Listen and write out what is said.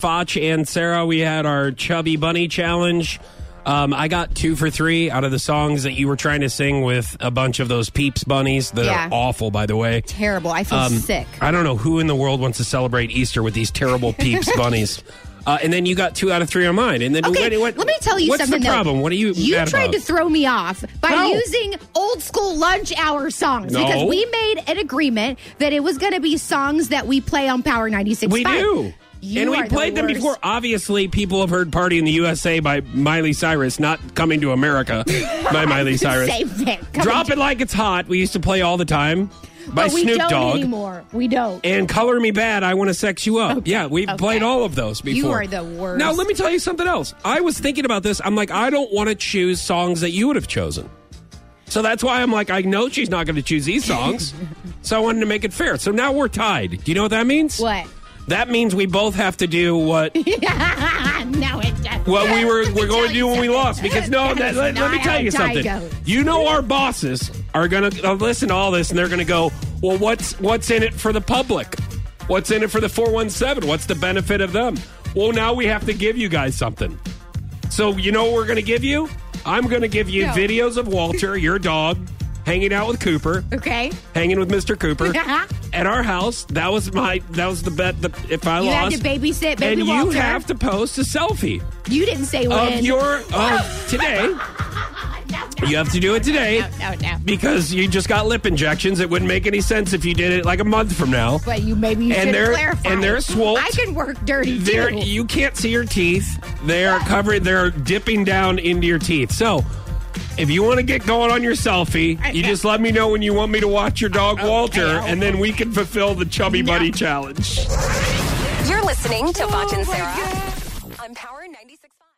Foch and Sarah, we had our Chubby Bunny challenge. Um, I got two for three out of the songs that you were trying to sing with a bunch of those Peeps bunnies that Yeah. are awful, by the way. terrible. I feel Um, sick. I don't know who in the world wants to celebrate Easter with these terrible Peeps bunnies. Uh, and then you got two out of three on mine. And then Okay, what- what- let me tell you what's something. the though. problem? What are you? You mad tried about? to throw me off by How? using old school lunch hour songs No. because we made an agreement that it was going to be songs that we play on Power 96.5. We do. You and we are the played them worst. before. Obviously, people have heard Party in the USA by Miley Cyrus, not Coming to America by Miley Cyrus. Same thing. Come Drop on. It Like It's Hot, we used to play all the time by But we Snoop don't Dogg. anymore. We don't. And Color Me Bad, I Want to Sex You Up. Yeah, we've okay. played all of those You before. are the worst. Now, let me tell you something else. I was thinking about this. I'm like, I don't want to choose songs that you would have chosen. So that's why I'm like, I know she's not going to choose these songs. so I wanted to make it fair. So now we're tied. Do you know what that means? What? That means we both have to do what no, it doesn't. what we were Let me we're going tell to you do when we something. lost because no That that, is let, let me not tell how you tie something goes. you know our bosses are going to listen to all this and they're going to go well what's what's in it for the public what's in it for the 417 what's the benefit of them well now we have to give you guys something so you know what we're going to give you i'm going to give you No. videos of walter your dog hanging out with cooper Okay. hanging with mr cooper at our house that was my that was the bet that if i You had lost to babysit baby and you Walter. have to Um, post a selfie You didn't say when. of your of today. You have to do it today No, no, no. because you just got lip injections. It wouldn't make any sense if you did it like a month from now. But you maybe you And should they're- clarify. and they're swole. I can work dirty There, too. you can't see your teeth. They are covered. They're dipping down into your teeth. So. If you want to get going on your selfie, you just let me know when you want me to watch your dog Walter, and then we can fulfill the Chubby Buddy challenge. You're listening to Foch and Sarah on Power 96.5.